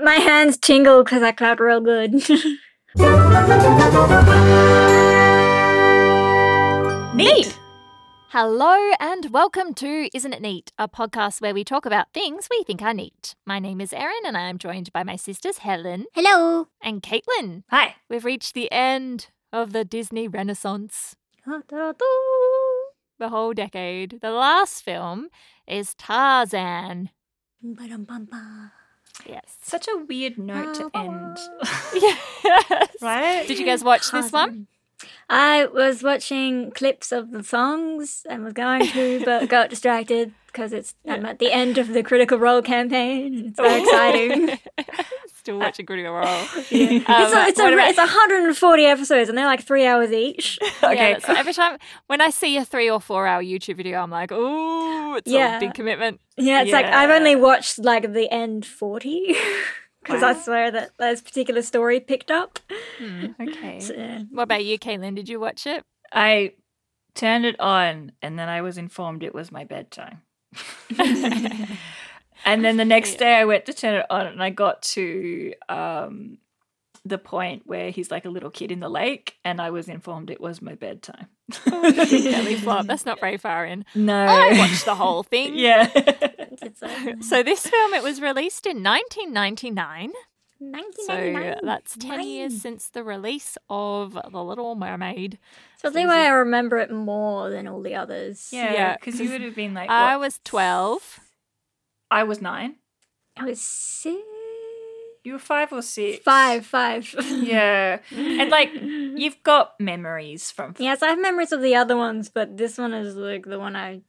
my hands tingle because I clapped real good. Neat. Hello and welcome to Isn't It Neat, a podcast where we talk about things we think are neat. My name is Erin and I am joined by my sisters Helen Hello. and Caitlin. Hi. We've reached the end of the Disney Renaissance, the whole decade. The last film is Tarzan. Yes. Such a weird note to end. yes. right? Did you guys watch this one? I was watching clips of the songs and was going to, but got distracted because it's I'm at the end of the Critical Role campaign and it's very exciting. Still watching Critical Role. Yeah. it's, a, it's, a, Um, Oh, what about- it's 140 episodes and they're like three hours each. Okay. Yeah, so every time when I see a three or four hour YouTube video, I'm like, ooh, it's Yeah. a big commitment. Yeah, it's like I've Yeah. only watched like the end 40 because I Wow. swear that this particular story picked up. Hmm. okay. So, yeah. What about you, Caitlin? Did you watch it? I turned it on and then I was informed it was my bedtime. and then the next day I went to turn it on and I got to um, the point where he's like a little kid in the lake and I was informed it was my bedtime. Belly flop. That's not very far in. No. I watched the whole thing. yeah. It's uh, uh, like So this film it was released in 1999. So 1999. that's 10 Nine. years since the release of The Little Mermaid. So that's why I remember it more than all the others. Yeah. Yeah, Because you would have been like, I what, was 12. I was nine. I was six. You were five or six? Five, five. Yeah. And like, Mm-hmm. you've got memories from. yes, I have memories of the other ones, but this one is like the one I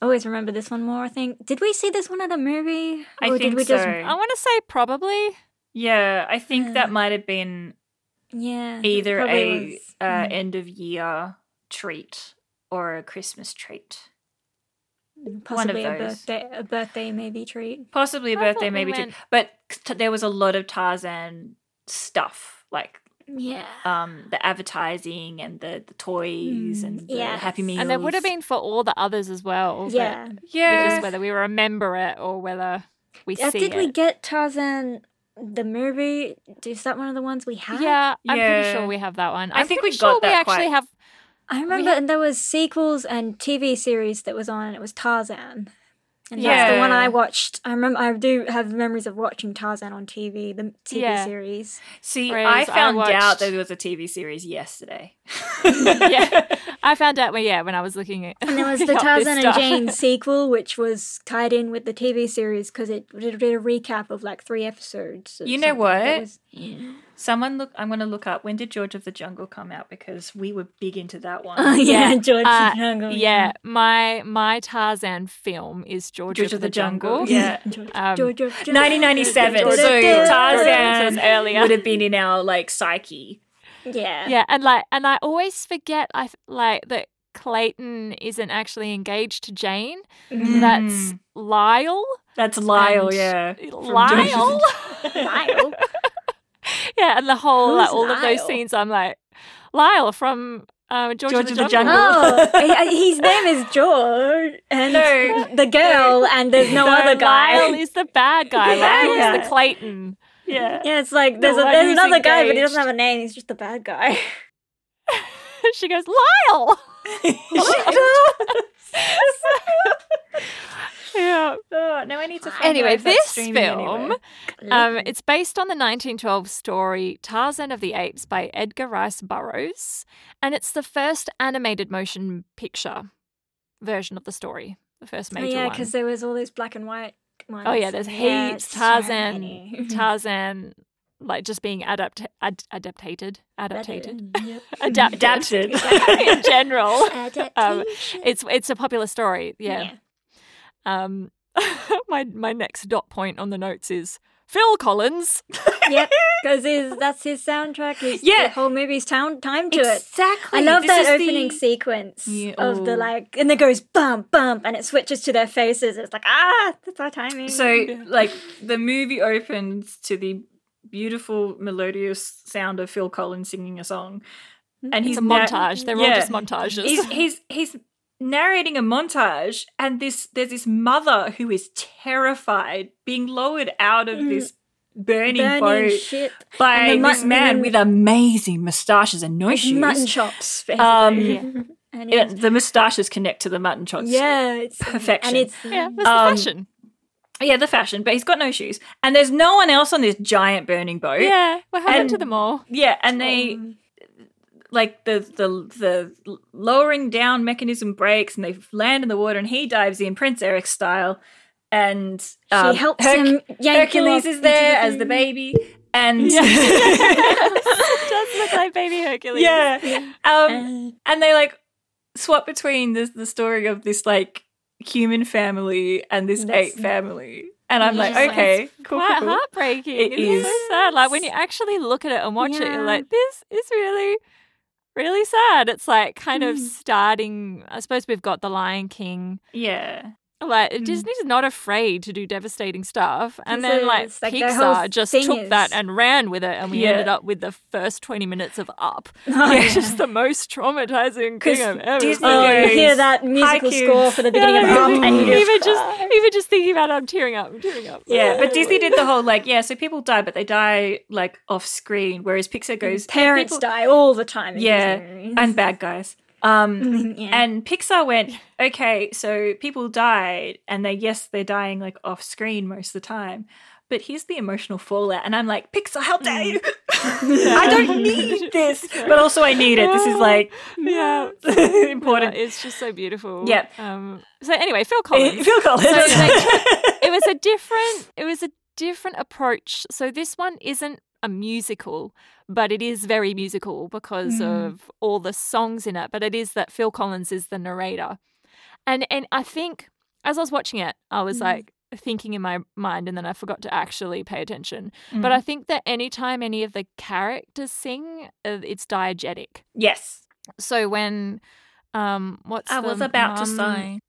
always remember this one more, I think. Did we see this one at a movie? I did think we so. I want to say probably. Yeah, I think Yeah. that might have been Yeah. it either probably a was. uh, Mm. end of year treat or a Christmas treat. possibly a those. birthday a birthday maybe treat. Possibly a I birthday, thought we maybe too. went- But t- there was a lot of Tarzan stuff, like Yeah. um, the advertising and the, the toys Mm, and the yes. Happy Meals. And there would have been for all the others as Uh, well. but Yeah. It's Yeah. just whether we remember it or whether we Uh, see did it. we get Tarzan the movie? Is that one of the ones we had? yeah, I'm pretty Yeah. sure we have that one. I I'm think pretty we got sure we that actually quite- have. I remember, and there was sequels and TV series that was on, and it was Tarzan. And that's the one Yeah. I watched. I remember, I do have memories of watching Tarzan on TV, the TV Yeah. series. See, I Whereas I found out watched- that there was a TV series yesterday. Yeah. I found out when yeah when I was looking at And there was up the this Tarzan and stuff. Jane sequel, which was tied in with the TV series because it did did a recap of like three episodes. or You know something that what? was- Someone look. I'm going to look up when did George of the Jungle come out because we were big into that one. Oh, yeah, Yeah. George Uh, the Jungle. Yeah, my my Tarzan film is George, George of, the, Jungle. Yeah. George, Um, George, of- 1997. George of So the Jungle. Tarzan So earlier. would have been in our like psyche. Yeah. Yeah, and like and I always forget I f- like that Clayton isn't actually engaged to Jane. Hmm. That's Lyle. That's Lyle. And- yeah, Lyle. Lyle. yeah, and the whole like Who's all of those Lyle? scenes I'm like Lyle from um, George, of the, Jungle. Oh, he- his name is George, and No. the girl, and there's no, No, Oh, other guy. Lyle is the bad guy. The bad Lyle is guy. the Clayton. yeah. yeah, it's like there's, a, one there's who's another guy, but he doesn't engaged. have a name. He's just the bad guy. she goes Lyle. yeah. oh, now I need to find Anyway, out if that's this streaming film, anywhere. um, Mm. it's based on the 1912 story Tarzan of the Apes by Edgar Rice Burroughs, and it's the first animated motion picture version of the story, the first Oh, major yeah, one. because there was all those black and white ones. Oh yeah, there's heaps. so Tarzan, many. Tarzan, like just being adapt ad- adaptated, adaptated, Yep. adapted, adapted. in general. Um, Adaptation. It's it's a popular story. Yeah. Yeah. Um, my my next dot point on the notes is Phil Collins. yep, because his that's his soundtrack. His, Yeah. the whole movie's town time to it. exactly. I love This that is opening the- sequence Yeah, of oh. the like, and it goes bump, bump, and it switches to their faces. It's like, ah, that's our timing. So, like, the movie opens to the beautiful melodious sound of Phil Collins singing a song, and he's It's a na- montage. They're Yeah. all just montages. He's he's he's narrating a montage, and this there's this mother who is terrified being lowered out of Mm. this burning, burning boat ship by and the this mutton- man with amazing moustaches and no shoes. mutton chops. Basically. Um, and Yeah, it's, the moustaches connect to the mutton chops. yeah, it's perfection. And it's Yeah, that's Um, the fashion. Yeah, the fashion, but he's got no shoes. And there's no one else on this giant burning boat. Yeah, what happened to and- them all? Yeah, and they like the the the lowering down mechanism breaks and they land in the water and he dives in Prince Eric style and um, she helps Herc- him. yank Hercules him is there as the baby and does look like baby Hercules. yeah. Um, baby. and they like swap between the the story of this like human family and this That's- ape family, and I'm like, Yeah. okay, cool, Quite cool, cool. heartbreaking. It it's so is. sad. Like when you actually look at it and watch it, Yeah. you're like, this is really, really sad. It's like kind of Mm. starting. I suppose we've got The Lion King. Yeah, Like Hmm. Mm. Disney's not afraid to do devastating stuff, and Because then like, it's like their whole Pixar just thing took that is- and ran with it, and we Yeah. ended up with the first twenty minutes of Up, Oh, which yeah. is the most traumatizing thing I've ever. Disney seen. Oh, you Hilarious. hear that musical Haiku. score for the beginning Yeah, of like, Up, and you even just, just even just thinking about it, I'm tearing up. I'm tearing up. yeah. But Disney did the whole like, yeah. So people die, but they die like off screen, whereas Pixar goes parents people- die all the Mm-hmm. time. In Yeah, Disney movies. and bad guys. Um, yeah. and Pixar went, okay, so people died, and they yes, they're dying like off screen most of the time. But here's the emotional fallout, and I'm like, Pixar, how dare you? I don't need this, but also I need it. This is like Yeah. important. It's just so beautiful. Yeah. Um, so anyway, Phil Collins. eh, Phil Collins. So it's it was a different. It was a different approach. So this one isn't a musical, but it is very musical because Mm. of all the songs in it. But it is that Phil Collins is the narrator, and and I think as I was watching it, I was Mm. like thinking in my mind, and then I forgot to actually pay attention. But Mm. I think that anytime any of the characters sing, uh, it's diegetic. yes, So when um what's I the was about to mum- say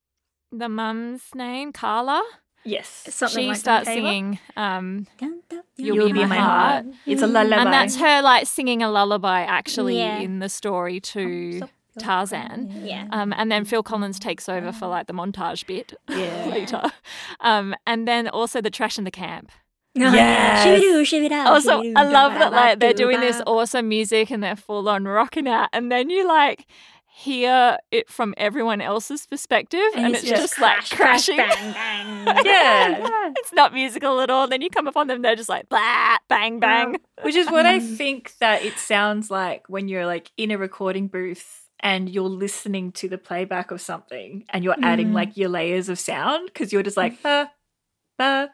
the mum's name Carla yes. Something she like that. starts Taylor? singing um Dun, dun, Um, You'll You'll be my heart. It's a lullaby. and that's her like singing a lullaby actually Yeah. Oh, in the story to Tarzan Yeah. um and then Phil Collins takes over for like the montage bit Yeah. later um and then also the trash in the camp Yes. Shoo-doo, shoo-doo, also shoo-doo, I love that ba-ba-ba, like they're doing this doo-ba. awesome music and they're full on rocking out and then you like hear it from everyone else's perspective and, it's just, like crash, crashing bang, bang. yeah. it's not musical at all. Then you come upon them, they're just like blah, bang, bang. Which is what I Um, think that it sounds like when you're like in a recording booth and you're listening to the playback of something and you're adding Mm. like your layers of sound because you're just Mm. like ba ba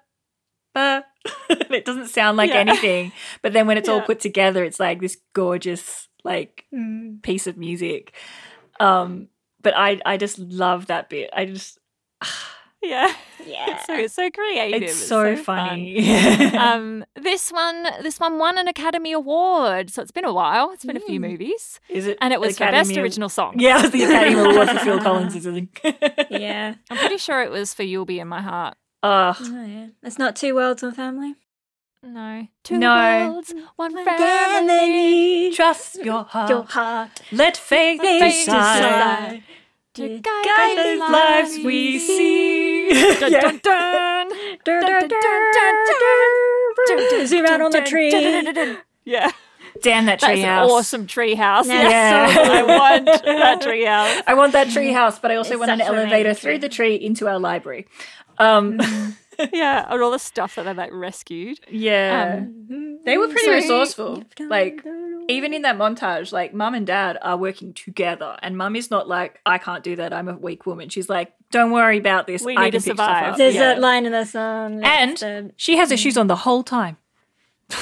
ba and it doesn't sound like Yeah. anything. But then when it's all Yeah. put together, it's like this gorgeous like Mm. piece of music. Um but I I just love that bit. I just Yeah, Yeah. It's so it's so creative. it's, so, fun. funny. um, this one, this one won an Academy Award, so it's been a while. It's been a few Mm. movies, Is it and it was Academy for best Award- original song. Yeah, it was the Academy Award for Phil Collins, isn't it? yeah. I'm pretty sure it was for "You'll Be in My Heart." Uh, Oh, yeah. That's not two worlds and family. No, two No. Mm, worlds, one family. trust your heart. Your heart. Let faith Faith decide. decide. To Guide the lives we see. Dun, Yeah. dun, dun. Dun, dun, dun, dun, dun, dun. Zoom out on the tree. Yeah, Damn that that's an treehouse. awesome tree house. Yeah. Yeah. I want that tree house. I want that treehouse, but I also It's want an such an amazing elevator tree. through the tree into our library. Um, Yeah, and all the stuff that they like rescued. yeah. they were pretty so- resourceful. Like, even in that montage, like, mum and dad are working together, and mum is not like, I can't do that, I'm a weak woman. She's like, don't worry about this. We I need can to pick stuff survive. up." There's Yeah. that line in the song. And that's the- she has her shoes on the whole time.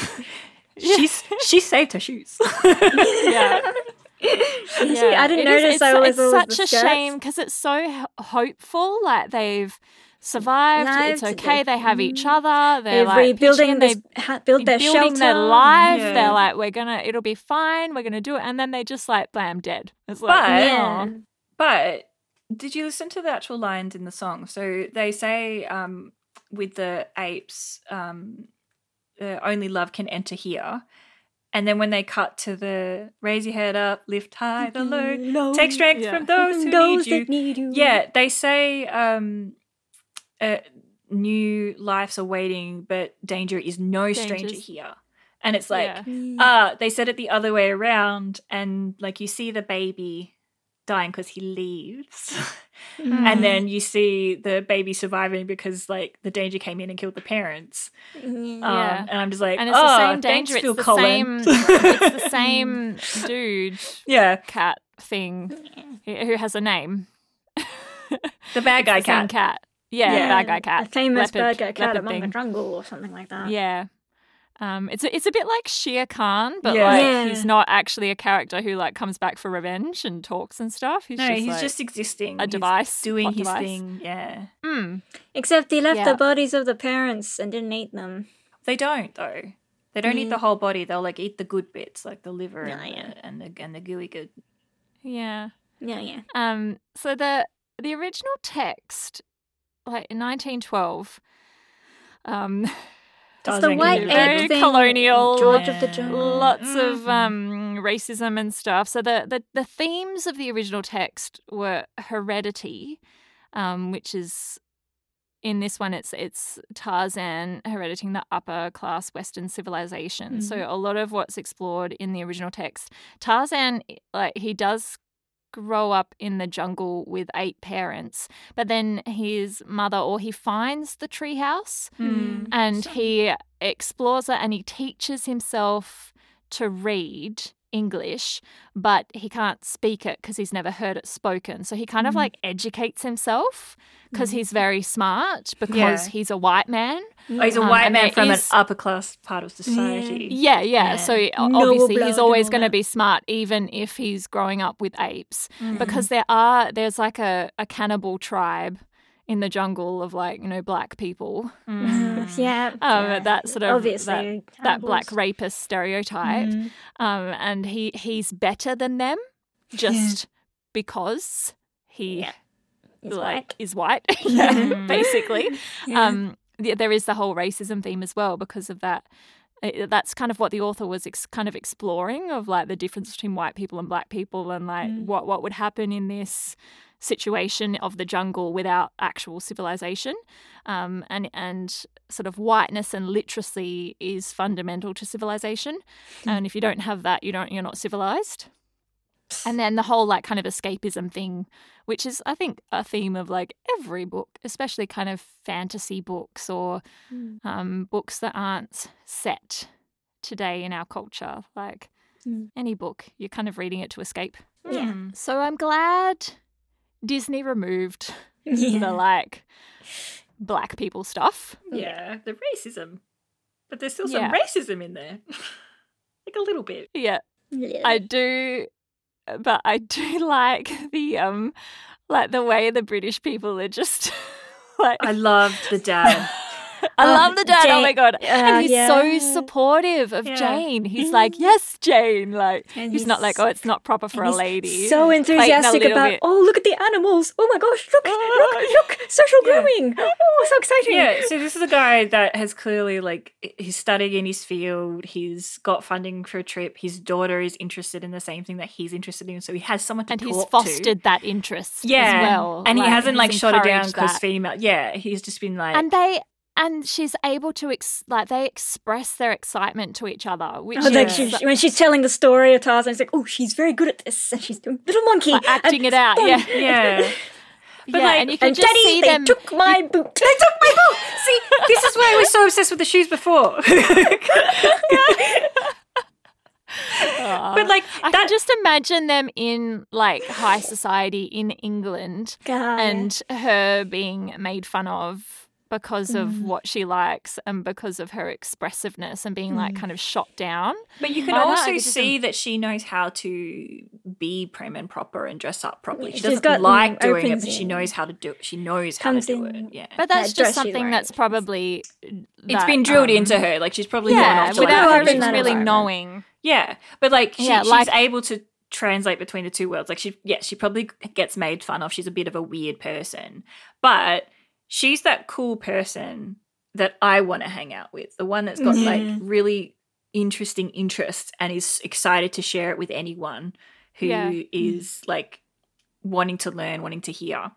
She's she saved her shoes. Yeah, See, I didn't It is- notice. It's, I always thought it it's was such a the skirts. shame because it's so h- hopeful. Like they've survived. it's Lives, okay. They have each other. They're Mm. They're like pitching, rebuilding they this, ha- build their building shelter. their life. Yeah. They're like, we're gonna. It'll be fine. We're gonna do it. And then they just like blam dead. It's But- like, Yeah. oh. but did you listen to the actual lines in the song? So they say um, with the apes, um, uh, only love can enter here. And then when they cut to the raise your head up, lift high the Mm, load, take strength Yeah. from those who Those need you. that need you. Yeah, they say um, uh, new lives are waiting, but danger is no stranger Danger's- here. And it's like, Yeah. ah, they said it the other way around, and like you see the baby dying because he leaves, Mm, Mm-hmm. and then you see the baby surviving because like the danger came in and killed the parents. mm, Um, Yeah. and I'm just like, and it's oh, the same thanks, danger. It's Phil the same. Collins. it's the same dude yeah, cat thing who who has a name. the bad guy The same cat. cat. Yeah, Yeah. bad guy cat. A famous bad Leopard- guy cat leopard among the thing. jungle or something like that. Yeah. Um, it's a, it's a bit like Shere Khan, but Yeah. like Yeah. he's not actually a character who like comes back for revenge and talks and stuff. He's No, just he's like, just existing. a He's device, doing plot his device. thing. Yeah, mm, Except he left Yeah. the bodies of the parents and didn't eat them. they don't though. They don't Mm. eat the whole body. They'll like eat the good bits, like the liver Yeah, and, the, and the and the gooey good. yeah. Yeah, yeah. Um, so the the original text, like in 1912, um, It's Does the make white you egg very thing. colonial. George of the Yeah. Jungle. lots of Mhm. um, racism and stuff. So the, the the themes of the original text were heredity, um, which is in this one it's it's Tarzan herediting the upper class Western civilization. So a lot of what's explored in the original text, Tarzan like he does grow up in the jungle with eight parents, but then his mother or he finds the treehouse Mm. and So- he explores it and he teaches himself to read English, but he can't speak it because he's never heard it spoken. So he kind of Mm-hmm. Mhm. like educates himself because Mhm. he's very smart because Yeah. he's a white man. Oh, he's a Um, white and man there from is- an upper class part of society. Yeah, yeah. Yeah. So o- Noble obviously blood and he's always all going to that. be smart even if he's growing up with apes Mhm. because Mm-hmm. there are there's like a, a cannibal tribe in the jungle of like, you know, black people. Mm. yeah. Um Yeah. that sort of Obviously. that that black rapist stereotype. Mhm. Um, and he he's better than them just because he Yeah. He's like white. is white, yeah, Mhm. basically. Yeah. Um, th- there is the whole racism theme as well because of that. Uh, That's kind of what the author was ex- kind of exploring of like the difference between white people and black people and like Mm. what what would happen in this situation of the jungle without actual civilization, um, and and sort of whiteness and literacy is fundamental to civilization, and if you don't have that, you don't you're not civilized. And then the whole like kind of escapism thing, which is I think a theme of like every book, especially kind of fantasy books or Mm. um, books that aren't set today in our culture. Like Mm. any book, you're kind of reading it to escape. Yeah. Mm. So I'm glad Disney removed the Yeah. like black people stuff. Yeah, the racism. But there's still some Yeah. racism in there. like a little bit. Yeah, Yeah. I do, but I do like the um, like the way the British people are just like I loved the dad. I Oh, Um, love the dad. oh Jane- my god. uh, and he's so yeah. supportive of Yeah. Jane. He's like, "Yes, Jane." Like And Mm-hmm. he's, not like, he's- "Oh, it's not proper for And a he's lady." So Like, in a enthusiastic little about, bit. oh, look at the animals. Oh my gosh, look, Oh, look, look, social Yeah. grooming. Oh, so exciting. yeah, so this is a guy that has clearly like he's studying in his field, he's got funding for a trip, his daughter is interested in the same thing that he's interested in, so he has someone to and he's talk to. fostered that interest as yeah. well. And he hasn't he's like shot her down encouraged because that. female. Yeah, he's just been like And they and she's able to ex- like they express their excitement to each other, which Oh, like is she, when she's telling the story of Tarzan, it's like, oh, she's very good at this, and she's doing little monkey like, acting it out. fun. Yeah. Yeah. yeah, like- and you can And just Daddy, see they them took my boot. They took my boot. See, this is why I was so obsessed with the shoes before. Aw. but like I that can just imagine them in like high society in England God, and her being made fun of because Mm. of what she likes and because of her expressiveness and being like kind of shot down. Mm. But you can Why not? also It doesn't- see that she knows how to be prim and proper and dress up properly. She She's doesn't got like mm, doing it, opens but she in. knows how to do it. She knows how to Comes do in. it. Yeah. But that's That dress just she's something wearing. that's probably it's been drilled um, into her. Like she's probably yeah, Yeah, off to Grew up without in like, her that really environment. knowing. Yeah. But like she, Yeah, she's like- able to translate between the two worlds. Like she yeah, she probably gets made fun of. She's a bit of a weird person. But she's that cool person that I want to hang out with. The one that's got Yeah. like really interesting interests and is excited to share it with anyone who is Yeah. Mm. like wanting to learn, wanting to hear.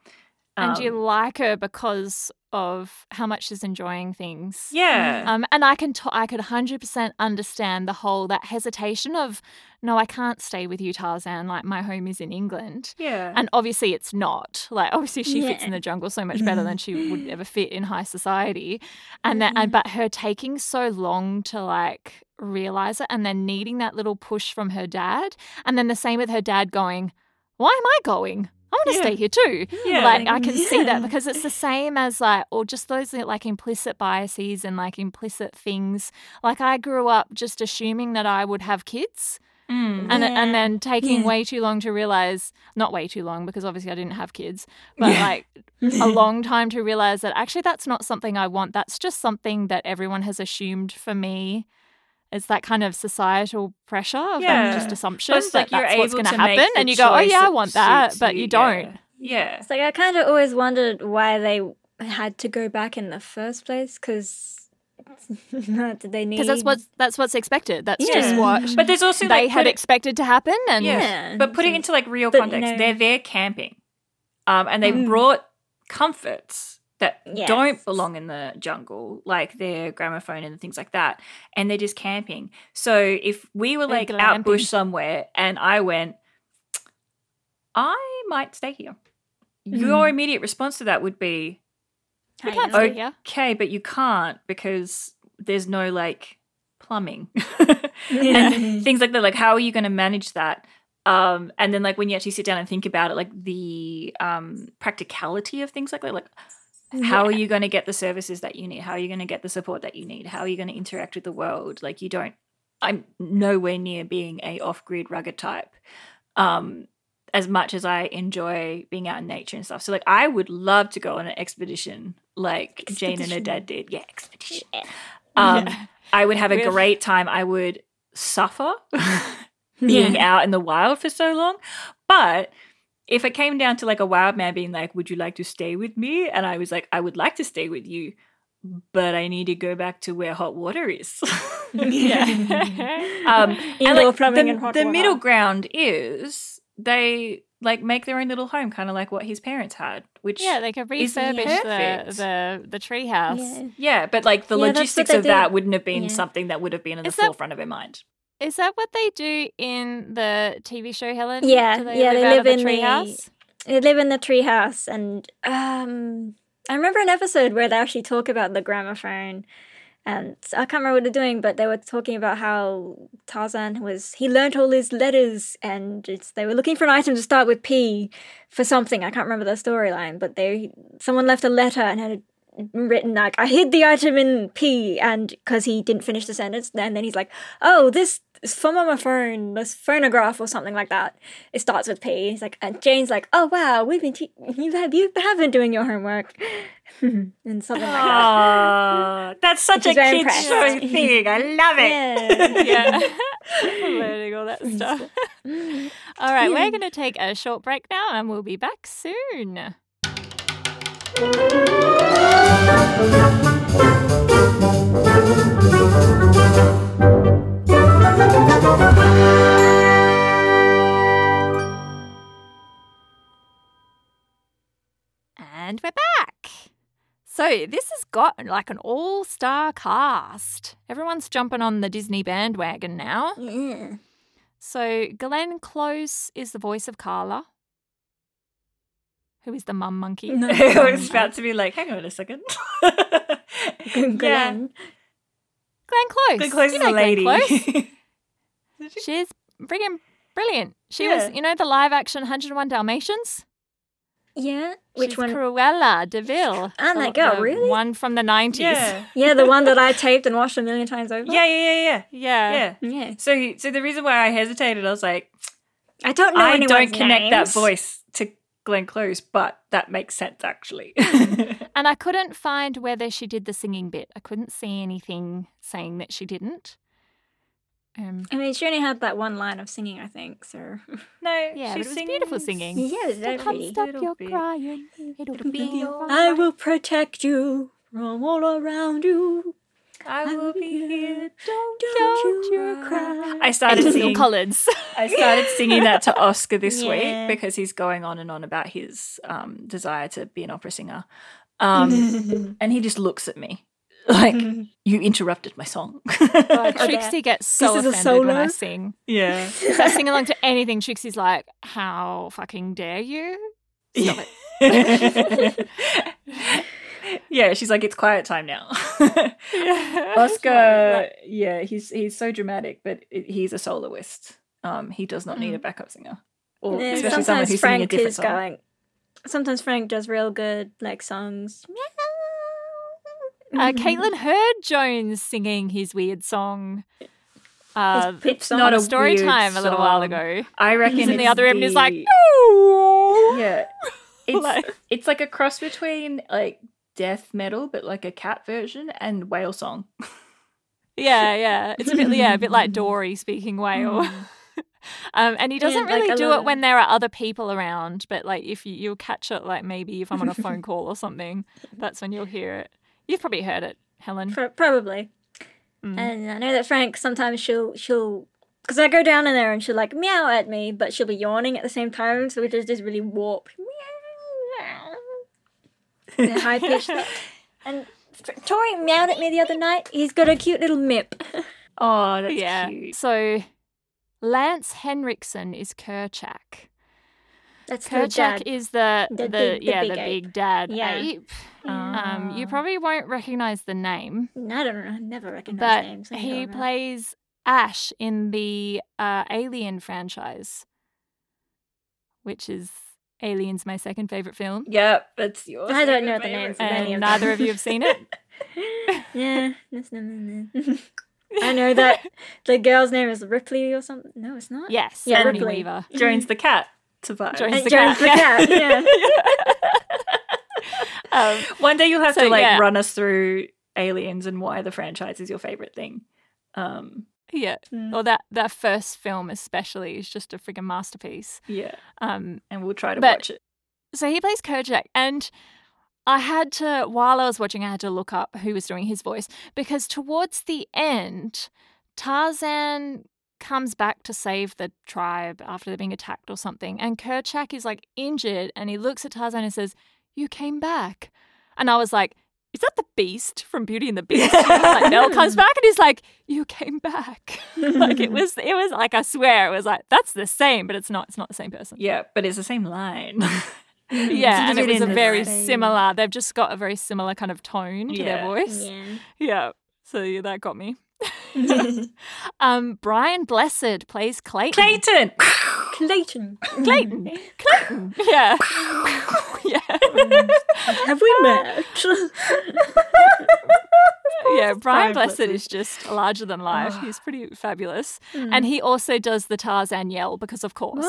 and you Um, like her because of how much she's enjoying things. yeah. Um, and I can t- I could hundred percent understand the whole that hesitation of no, I can't stay with you, Tarzan. Like my home is in England, yeah. and obviously it's not. Like obviously she fits Yeah. in the jungle so much better than she would ever fit in high society, and that and but her taking so long to like realize it, and then needing that little push from her dad, and then the same with her dad going, why am I going? I want to Yeah. stay here too Yeah. like I can see Yeah. that because it's the same as like or just those like implicit biases and like implicit things. Like I grew up just assuming that I would have kids Mm. and Yeah. and then taking Yeah. way too long to realize not way too long because obviously I didn't have kids, but Yeah. like a long time to realize that actually that's not something I want. That's just something that everyone has assumed for me. It's that kind of societal pressure of that just Yeah. assumption Plus, that like you're that's able what's going to to make happen, the and you go, "Oh choice yeah, I that want that," suits but you don't. Yeah. It's like I kind of always wondered why they had to go back in the first place because did they need? because that's what's that's what's expected. That's just Yeah. what But there's also they like, had put it- expected to happen, and Yeah. Yeah, But putting so- into like real But, you context, know- they're there camping, um, and they Mm. brought comforts that Yes. don't belong in the jungle, like their gramophone and things like that, and they're just camping. So if we were They're like out bush glamping. somewhere, and I went, I might stay here. Mm. Your immediate response to that would be, we Hang can't on. stay Oh. here. "Okay, but you can't because there's no like plumbing." Yeah. and things like that. Like, how are you going to manage that? Um, and then, like, when you actually sit down and think about it, like the um, practicality of things like that, like, how are you going to get the services that you need? How are you going to get the support that you need? How are you going to interact with the world? Like, you don't. I'm nowhere near being a off-grid rugged type. Um, as much as I enjoy being out in nature and stuff, so like I would love to go on an expedition, like Jane and her Expedition. dad did. Yeah, expedition. Yeah. Um, Yeah. I would have a We'll- great time. I would suffer being out in the wild for so long. But if it came down to like a wild man being like, Would you like to stay with me? And I was like, I would like to stay with you, but I need to go back to where hot water is. Yeah. um, and Indoor like, plumbing the, and hot the water. middle ground is they like make their own little home, kind of like what his parents had, which yeah, they could Isn't it refurbish the perfect? the the treehouse. Yeah. yeah, but like the Yeah, that's what logistics they of that do. wouldn't have been Yeah. something that would have been in the Is that- forefront of her mind. Is that what they do in the TV show Helen? Yeah, Do yeah, they out live of in the the- treehouse. They live in the treehouse, and um, I remember an episode where they actually talk about the gramophone, and I can't remember what they're doing, but they were talking about how Tarzan was he learnt all his letters, and it's they were looking for an item to start with P for something. I can't remember the storyline, but they someone left a letter and had written like I hid the item in P, and because he didn't finish the sentence, and then he's like, oh, this is from on my phone, this phonograph or something like that. It starts with P. He's like, and Jane's like, oh wow, we've been te- you have you have been doing your homework, and something like that. Aw, that's Which such a is very kid show impressive. thing. I love it. Yeah. Yeah, learning all that stuff. All right, we're going to take a short break now, and we'll be back soon. And we're back. So this has got like an all-star cast. Everyone's jumping on the Disney bandwagon now. Yeah. So Glenn Close is the voice of Carla, who is the mum monkey. No. Um, I was about to be like, hang on a second. yeah, Glenn. Glenn Close. Glenn Close you is know a lady. Glenn Close. She's friggin' brilliant. She was, Yeah. you know, the live-action 101 Dalmatians. Yeah. Which She's one? Cruella Deville. Oh my The- God, the really? One from the 90s. yeah, yeah, the one that I taped and watched a million times over. yeah, yeah, yeah, yeah. Yeah. yeah. Yeah. So, so the reason why I hesitated, I was like, I don't know. I don't anyone's connect that names. voice to Glenn Close, but that makes sense actually. And I couldn't find whether she did the singing bit. I couldn't see anything saying that she didn't. Um, I mean, she only had that one line of singing, I think. So no, yeah, she but it was beautiful sings- singing. yeah, it's very Can't pretty. stop It'll your be- crying. It'll, be, be alright. I will protect you from all around you. I will be here. Don't, Don't you cry. cry. I started Additional singing. collards. I started singing that to Oscar this Yeah. week because he's going on and on about his um, desire to be an opera singer, um, and he just looks at me like you interrupted my song. Trixie gets so This is a offended when I solo? sing. yeah, If I sing along to anything, Trixie's like, "How fucking dare you?" Stop yeah, she's like, it's quiet time now. Oscar, Like, yeah, he's he's so dramatic, but i- he's a soloist. Um, he does not need a backup singer, or Yeah, especially someone sometimes who's singing a Frank different is song. going. Sometimes Frank does real good like songs. uh, Caitlin heard Jones singing his weird song. Uh, His pip song. not on a story weird time a little while song. ago. I reckon He's in the it's other room and he's like, the- "No." yeah, it's Like- it's like a cross between like death metal, but like a cat version and whale song. Yeah, yeah. It's a bit yeah, a bit like Dory speaking whale. um, and he doesn't like really a do little- it when there are other people around, but like if you, you'll catch it like maybe if I'm on a phone call or something, that's when you'll hear it. You've probably heard it, Helen. Pro- probably. Mm. And I know that Frank sometimes she'll she'll because I go down in there and she'll like meow at me, but she'll be yawning at the same time, so we just just really warp meow, high pitched. and Fr- Tori meowed at me the other night. He's got a cute little mip. Oh, that's yeah. cute. So Lance Henriksen is Kerchak. That's her Kerchak dad. is the the, The big- the yeah big the ape. big dad Yeah. ape. Um, you Ah. probably won't recognize the name. Mm. I don't know. I never recognize but names. I don't he know. plays Ash in the uh, Alien franchise, which is Aliens, my second favorite film. Yep, that's yours. I don't know the names of any And of neither them. of you have seen it. Yeah, that's no, no, no. I know that the girl's name is Ripley or something. No, it's not. Yes, Yeah, Sigourney Ripley. Weaver. Jones the cat survived. Jones Jones the the cat. cat, Yeah. Um, One day you'll have So, to like yeah. run us through Aliens and why the franchise is your favorite thing. Um, yeah, Mm. or that that first film especially is just a friggin' masterpiece. yeah, Um, and we'll try to But- watch it. so he plays Kojak and I had to while I was watching I had to look up who was doing his voice because towards the end Tarzan comes back to save the tribe after they're being attacked or something and Kerchak is like injured and he looks at Tarzan and says you came back and I was like is that the beast from Beauty and the Beast? like Nell comes back and he's like, "You came back." like it was, it was like I swear it was like that's the same, but it's not. It's not the same person Yeah, but it's the same line. Um, yeah, and it was a Within the very same- similar. They've just got a very similar kind of tone to their Yeah. voice. Yeah, Yeah. so yeah, that got me. um, Brian Blessed plays Clayton. Clayton. Clayton. Clayton. Clayton. Yeah. yeah. Have we met? Yeah. Brian Brian Blessed Blessed. is just larger than life. He's pretty fabulous. Mm. And he also does the Tarzan yell because, of course,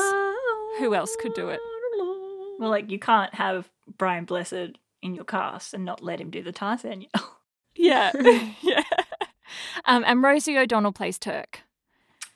who else could do it? well, like you can't have Brian Blessed in your cast and not let him do the Tarzan. yell. Yeah. yeah. Um, and Rosie O'Donnell plays Turk.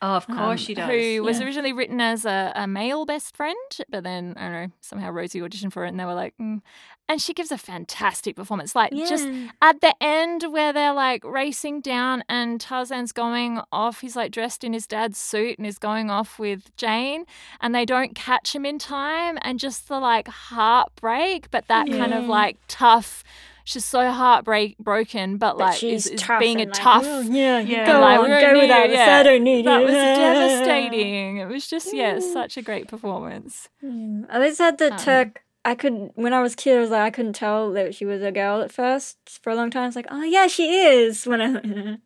Oh, of course um, she does. Who was Yeah. originally written as a, a male best friend, but then I don't know somehow Rosie auditioned for it, and they were like, mm. and she gives a fantastic performance. Like just Yeah. at the end where they're like racing down, and Tarzan's going off. He's like dressed in his dad's suit and is going off with Jane, and they don't catch him in time, and just the like heartbreak, but that kind of Yeah. like tough. She's so heartbreak broken, but But like she's is, is tough being a and like, tough "Oh, yeah, Yeah. Go Like, on, we go don't without need- us. yeah. I don't need that you. was devastating. It was just, yeah, such a great performance. Mm. I always had the Um, Turk. I could when I was kid, I was like I couldn't tell that she was a girl at first for a long time. It's like, oh yeah, she is. When I,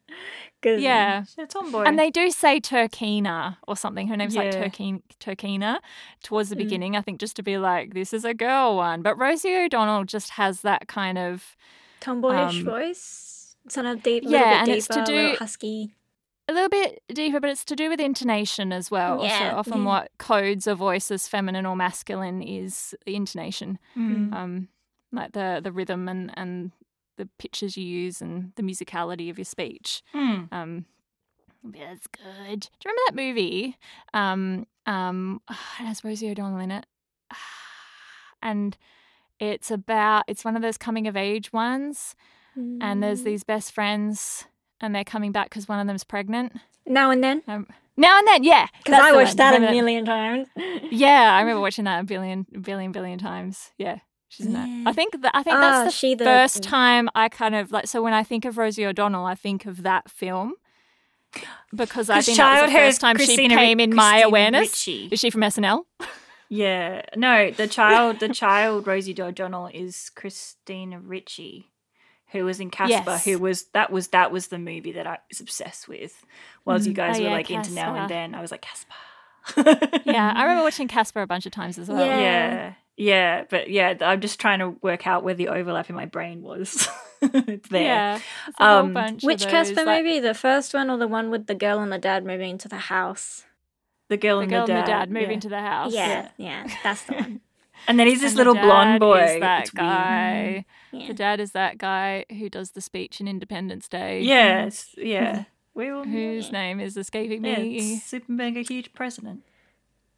cause Yeah. She's a tomboy. And they do say Turkina or something. Her name's like Yeah. Turkin- Turkina towards the Mm. beginning, I think, just to be like, this is a girl one. But Rosie O'Donnell just has that kind of, tomboyish Um, voice. It's on a deep, little yeah, bit and deeper, it's to a little do- husky. a little bit deeper, but it's to do with intonation as well. Yeah, So often yeah. what codes a voice as feminine or masculine is the intonation. Mm. um, like the the rhythm and and the pitches you use and the musicality of your speech. Mm. Um, that's good. Do you remember that movie? Um, um, it has Rosie O'Donnell in it, and it's about it's one of those coming of age ones, and there's Mm. these best friends. And they're coming back because one of them's pregnant. Mm. now and then. Now and then, yeah. Because I the watched one. that a Remember- million times. Yeah, I remember watching that a billion, billion, billion times. Yeah, she's in that. Yeah. I think that I think Ah, that's the she the- first Mm. time I kind of like. So when I think of Rosie O'Donnell, I think of that film because I 'Cause think that was the childhood first time Christina she Ri- came in my Christina awareness. Ricci. Is she from SNL? Yeah. No, the child, the child Rosie O'Donnell is Christina Ritchie, who was in Casper. Yes. Who was that was that was the movie that I was obsessed with. Whilst you guys Oh, were yeah, like into now Casper. and then, I was like Casper. Yeah, I remember watching Casper a bunch of times as well. Yeah. Mm-hmm. yeah, yeah. But yeah, I'm just trying to work out where the overlap in my brain was. it's there. Yeah, it's a whole Um, bunch of Which those, Casper like- movie? The first one or the one with the girl and the dad moving into the house? The girl, The and, girl the dad, and the dad moving yeah. to the house. Yeah, yeah, that's the one. and then he's this And the little dad blonde boy. Is that It's Mm-hmm. guy. weird. Yeah. The dad is that guy who does the speech in Independence Day. Yes, yeah. We will. Whose name is escaping yeah, me? it's Mm. super mega huge president.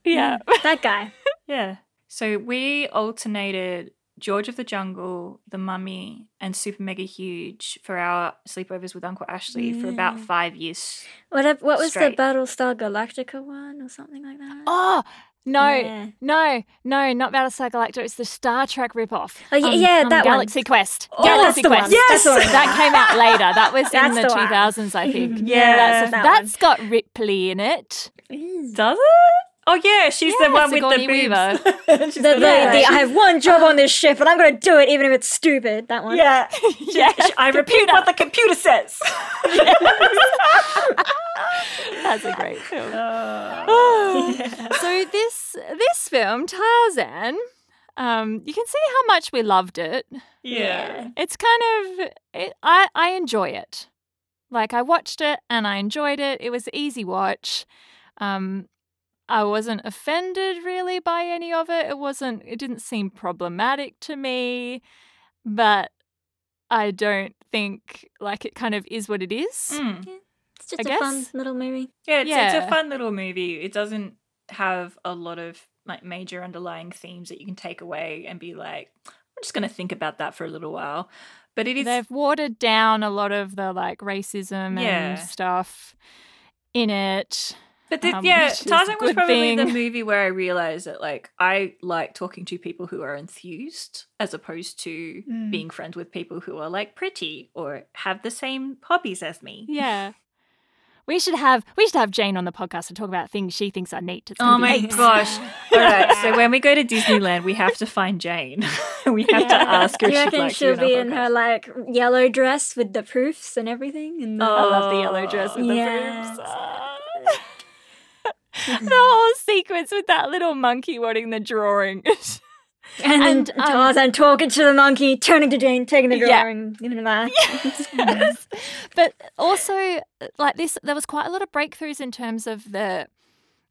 Yeah. Mm, that guy. Yeah. So we alternated George of the Jungle, The Mummy, and Super Mega Huge for our sleepovers with Uncle Ashley for about Yeah. five years. What, ab- what was Straight. the Battlestar Galactica one or something like that? Oh, no. Yeah. No, no, not Battlestar Galactica. It's the Star Trek ripoff. Oh, y- yeah, that one. Galaxy Quest. Oh, that's Galaxy the one. Quest. Yes! That's the that one. came out later. That was in That's the the one. 2000s, I think. Yeah. that's a- That that's got Ripley in it. Mm. Does it? Oh yeah, she's Yeah, the one with Sigourney the boobs. She's The, the, little the, lady. I have one job on this ship and I'm going to do it even if it's stupid. That one. yeah. Yeah, I repeat what the computer says. that's a great film. Oh. Yeah. so this this film Tarzan, um, you can see how much we loved it. yeah. It's kind of it, I I enjoy it. Like I watched it and I enjoyed it. It was an easy watch. Um, I wasn't offended really by any of it. It wasn't. It didn't seem problematic to me, but I don't think like it kind of is what it is. Mm. It's just I a fun guess. little movie. Yeah, it's, it's Yeah. a fun little movie. It doesn't have a lot of like major underlying themes that you can take away and be like, I'm just going to think about that for a little while. But it is- They've watered down a lot of the like racism Yeah. and stuff in it. but the, um, yeah, which is Tarzan was good probably the thing. movie where I realized that like I like talking to people who are enthused as opposed to Mm. being friends with people who are like pretty or have the same hobbies as me. Yeah. We should have we should have Jane on the podcast to talk about things she thinks are neat. It's gonna Oh be my neat. gosh. All right. So when we go to Disneyland, we have to find Jane. we have to ask her Do if you she'd reckon like she'll to be be in her like yellow dress with the proofs and everything? And the- I love the yellow dress with Yes. the boobs. the whole sequence with that little monkey wanting the drawing. and, then and, um, Tarzan talking to the monkey, turning to Jane, taking the Yeah. drawing, giving it back. Mm-hmm. Yes. but also like this there was quite a lot of breakthroughs in terms of the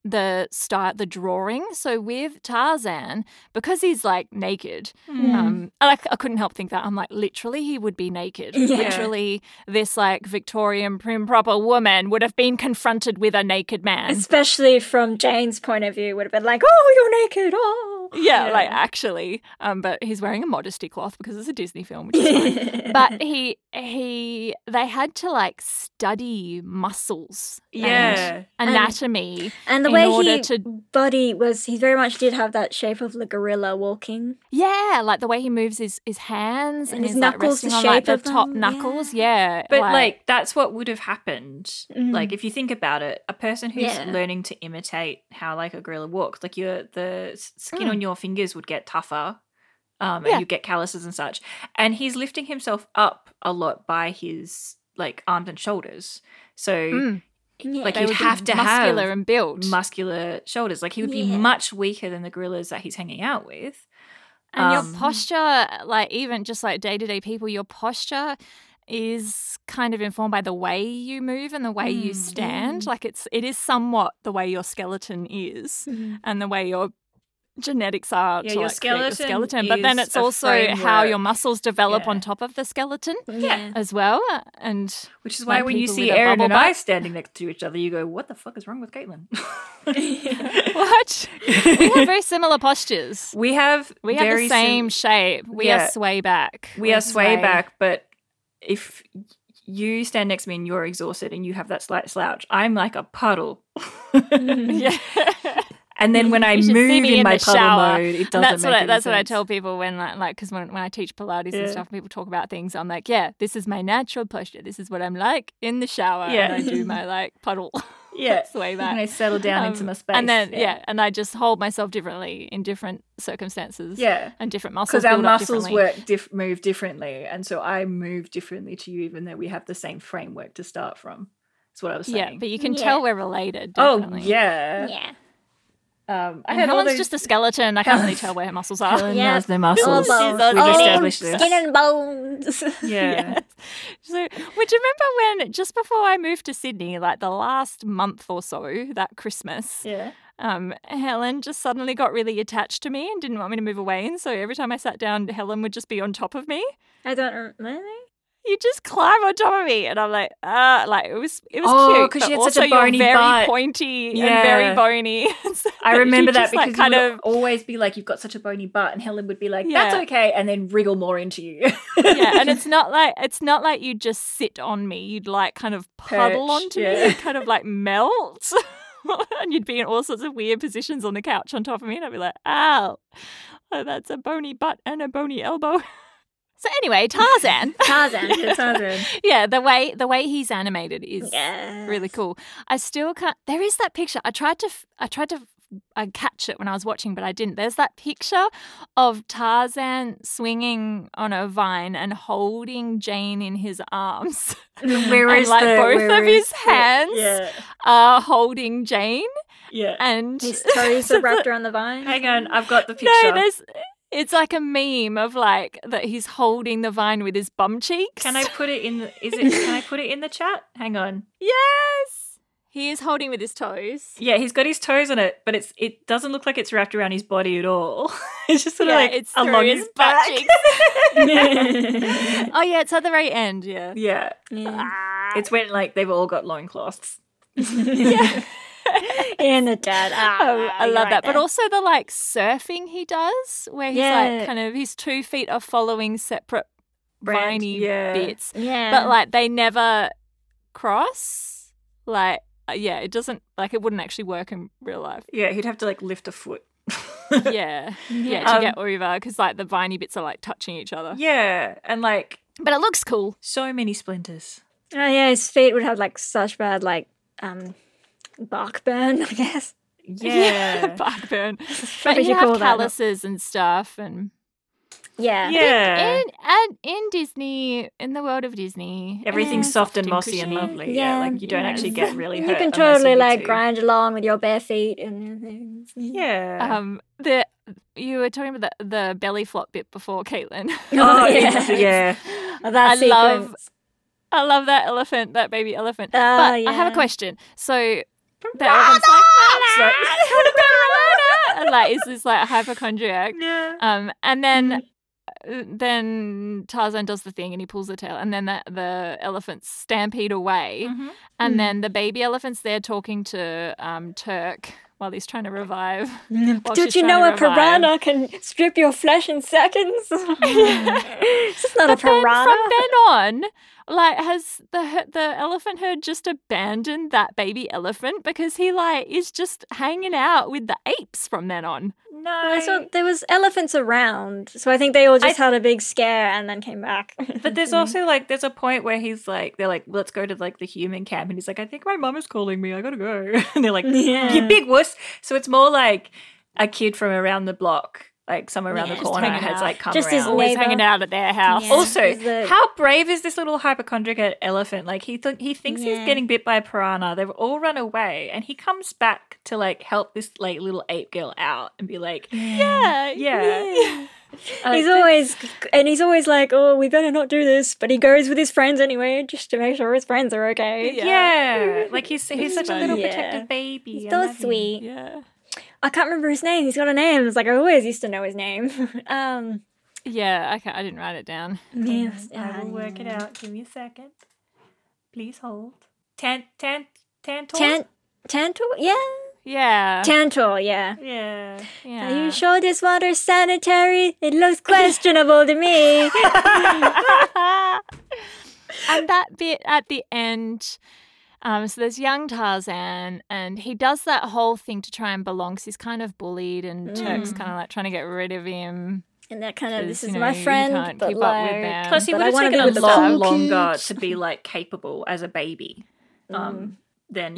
the start the drawing so with tarzan because he's like naked Mm. Mm. um I, like i couldn't help think that i'm like literally he would be naked Yeah. literally this like victorian prim proper woman would have been confronted with a naked man Especially from Jane's point of view, would have been like, "Oh, you're naked! Oh, yeah, Yeah. like actually um but he's wearing a modesty cloth because it's a disney film which is fine. but he he they had to like study muscles and Yeah. anatomy and the in way order he to- body was, he very much did have that shape of the gorilla walking. yeah like the way he moves his his hands and, And his is, like, knuckles, the resting on like shape the of top them, knuckles yeah But like, that's what would have happened. Mm-hmm. Mm. Like if you think about it, a person who's Yeah. learning to imitate how like a gorilla walks, like your the s- skin Mm. on your fingers would get tougher. Um, Yeah. and you get calluses and such. And he's lifting himself up a lot by his like arms and shoulders. So mm, like they you'd would be have to have muscular and built muscular shoulders. Like he would be Yeah. much weaker than the gorillas that he's hanging out with. and um, your posture like even just like day-to-day people your posture is kind of informed by the way you move and the way you Mm. stand like it's it is somewhat the way your skeleton is Mm-hmm. and the way your genetics are Yeah, to your like, create your skeleton skeleton but then is it's a also how your framework. muscles develop on Yeah. top of the skeleton Yeah. as well and Which is why Like when you people see with a Aaron bubble and I butt. standing next to each other, you go, "What the fuck is wrong with Caitlin?" what we have very similar postures we have we have very the same sim- shape we Yeah. are sway back we are We're sway back, but if you stand next to me and you're exhausted and you have that slight slouch. I'm like a puddle. Yeah. And then when I Mm-hmm. You should see move me in, in my the puddle shower. mode, it doesn't And that's make what I, any that's what I sense. tell people when like like because when when I teach Pilates Yeah. and stuff, people talk about things. I'm like, yeah, this is my natural posture. This is what I'm like in the shower. and Yeah. I do my like puddle. Yeah. It's way And back. I settle down Um, into my space. and then yeah. and I just hold myself differently in different circumstances. Yeah. and different Because muscles. our build up muscles differently. work diff- move differently. And so I move differently to you, even though we have the same framework to start from. That's what I was Yeah, saying. but you can Yeah. tell we're related. oh, Definitely. yeah. Yeah. Um, I And had all Helen's those... just a skeleton. I can't really Helen's- tell where her muscles are. Helen Yeah. has no muscles. bones. We've Oh, established this. Skin and bones. Yeah. Yes. So, would you remember when just before I moved to Sydney, like the last month or so, that Christmas, Yeah. um, Helen just suddenly got really attached to me and didn't want me to move away. And so every time I sat down, Helen would just be on top of me. I don't rem- really. You just climb on top of me, and I'm like, ah, like it was, it was Oh, cute. 'cause but she had such a also you're bony very butt. pointy and very Yeah. bony. So I you remember that just, like, because kind you would of always be like, "You've got such a bony butt," and Helen would be like, "That's Yeah. okay," and then wriggle more into you. yeah, and it's not like it's not like you just sit on me. You'd like kind of puddle Perch, onto yeah. me, and kind of like melt, and you'd be in all sorts of weird positions on the couch on top of me, and I'd be like, "Ow, oh, that's a bony butt and a bony elbow." So anyway, Tarzan, Tarzan. yeah, the way the way he's animated is yeah. really cool. I still can't. There is that picture. I tried to. f- I tried to. f- uh catch it when I was watching, but I didn't. There's that picture of Tarzan swinging on a vine and holding Jane in his arms. Where And, like, both of his hands Yeah, Uh, holding Jane yeah. and His toes are wrapped around the vine. Hang on, I've got the picture. no, there's. It's like a meme of like that he's holding the vine with his bum cheeks. can I put it in? The, is it? Can I put it in the chat? Hang on. Yes, he is holding with his toes. Yeah, he's got his toes on it, but it's it doesn't look like it's wrapped around his body at all. it's just sort of Yeah, like it's along through his, his butt back. cheeks. Oh yeah, it's at the very end. Yeah. yeah, Yeah. Ah. it's when like they've all got loincloths. In the dead. Oh, Ah, I you're love right that. there. But also the like surfing he does, where he's Yeah. like kind of his two feet are following separate Brand, viney yeah. bits, yeah. but like they never cross. Like, uh, yeah, it doesn't like it wouldn't actually work in real life. Yeah, he'd have to like lift a foot. Yeah, yeah, to Um, get over because like the viney bits are like touching each other. yeah, and like But it looks cool. so many splinters. Oh yeah, his feet would have like such bad like um bark burn, I guess. Blackburn. But Probably you should have call that, not- calluses and stuff, and Yeah. yeah. in and in Disney, in the world of Disney, Everything's eh, soft and mossy and cushy. lovely. Yeah, Yeah, like you don't yeah. actually get really hurt. You can unless you totally need like to. grind along with your bare feet and everything. Yeah. Um, the you were talking about the, the belly flop bit before, Caitlin. oh, Oh, yeah. yeah. yeah. Oh, that I sequence. love- I love that elephant, that baby elephant. Oh, but I have yeah. a question. So the elephant's like, "Rana!" and like is this like hypochondriac? yeah. Mm-hmm. Um, and then uh, then Tarzan does the thing and he pulls the tail, and then the, the elephants stampede away, Mhm. and Mm. then the baby elephant's there talking to um Turk while he's trying to revive. while she's Did you trying know to a revive. piranha can strip your flesh in seconds? it's just not a But then piranha. from then on, like, has the he- the elephant herd just abandoned that baby elephant because he like is just hanging out with the apes from then on? No. I saw there was elephants around, so I think they all I- just had a big scare and then came back. But there's also like there's a point where he's like they're like let's go to like the human camp and he's like I think my mum is calling me I gotta go and they're like Yeah. you big wuss so it's more like a kid from around the block like somewhere around Yeah, the just corner hanging has out. like come Just his around. Always Neighbor. hanging out at their house. Yeah. Also, Is the- how brave is this little hypochondriac elephant? Like he th- he thinks he's Yeah. getting bit by a piranha. They've all run away, and he comes back to like help this like little ape girl out and be like, Yeah, yeah. uh, he's th- always and he's always like, "Oh, we better not do this," but he goes with his friends anyway, just to make sure his friends are okay. Yeah. yeah. Like he's he's such a funny. little Yeah. protective baby. He's I so love him. sweet. yeah, I can't remember his name. He's got a name. It's like I always used to know his name. um, yeah. I can't, I didn't write it down. yeah, I will work it Um, out. Give me a second. Please hold. Tant tant tantor. Tant, Tantor, yeah, Yeah, Tantor, yeah. Yeah. yeah. Are you sure this water's sanitary? It looks questionable to me. and that bit at the end. Um, so there's young Tarzan, and he does that whole thing to try and belong. 'cause he's kind of bullied, and Turk's Mm. kind of like trying to get rid of him. And that kind of 'Cause, this you is know, my you friend, can't but keep up with like, them. Plus, he But would I have wanna taken be a with the lot cool longer kids. to be like capable as a baby. Um, Mm. then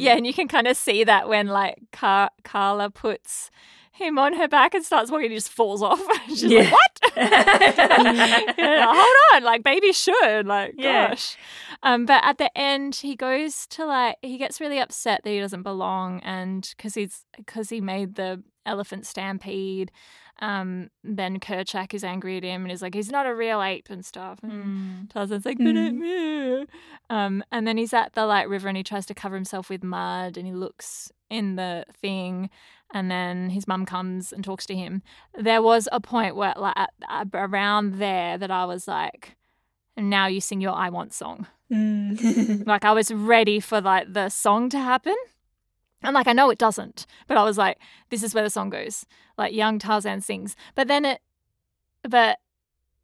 Yeah, and you can kind of see that when like Car- Carla puts him on her back and starts walking, he just falls off. She's Yeah. like, "What? Yeah, hold on, like baby should, like Yeah. gosh." Um, but at the end, he goes to like he gets really upset that he doesn't belong, and because he's because he made the elephant stampede. Um, then Kerchak is angry at him and is like, "He's not a real ape" and stuff. And Mm. Tarzan's like, but it me. Um, and then he's at the like river and he tries to cover himself with mud and he looks in the thing and then his mum comes and talks to him. There was a point where like at, at- around there that I was like, now you sing your I want song. Mm. Like I was ready for like the song to happen. And like I know it doesn't, but I was like, this is where the song goes. Like young Tarzan sings. But then it but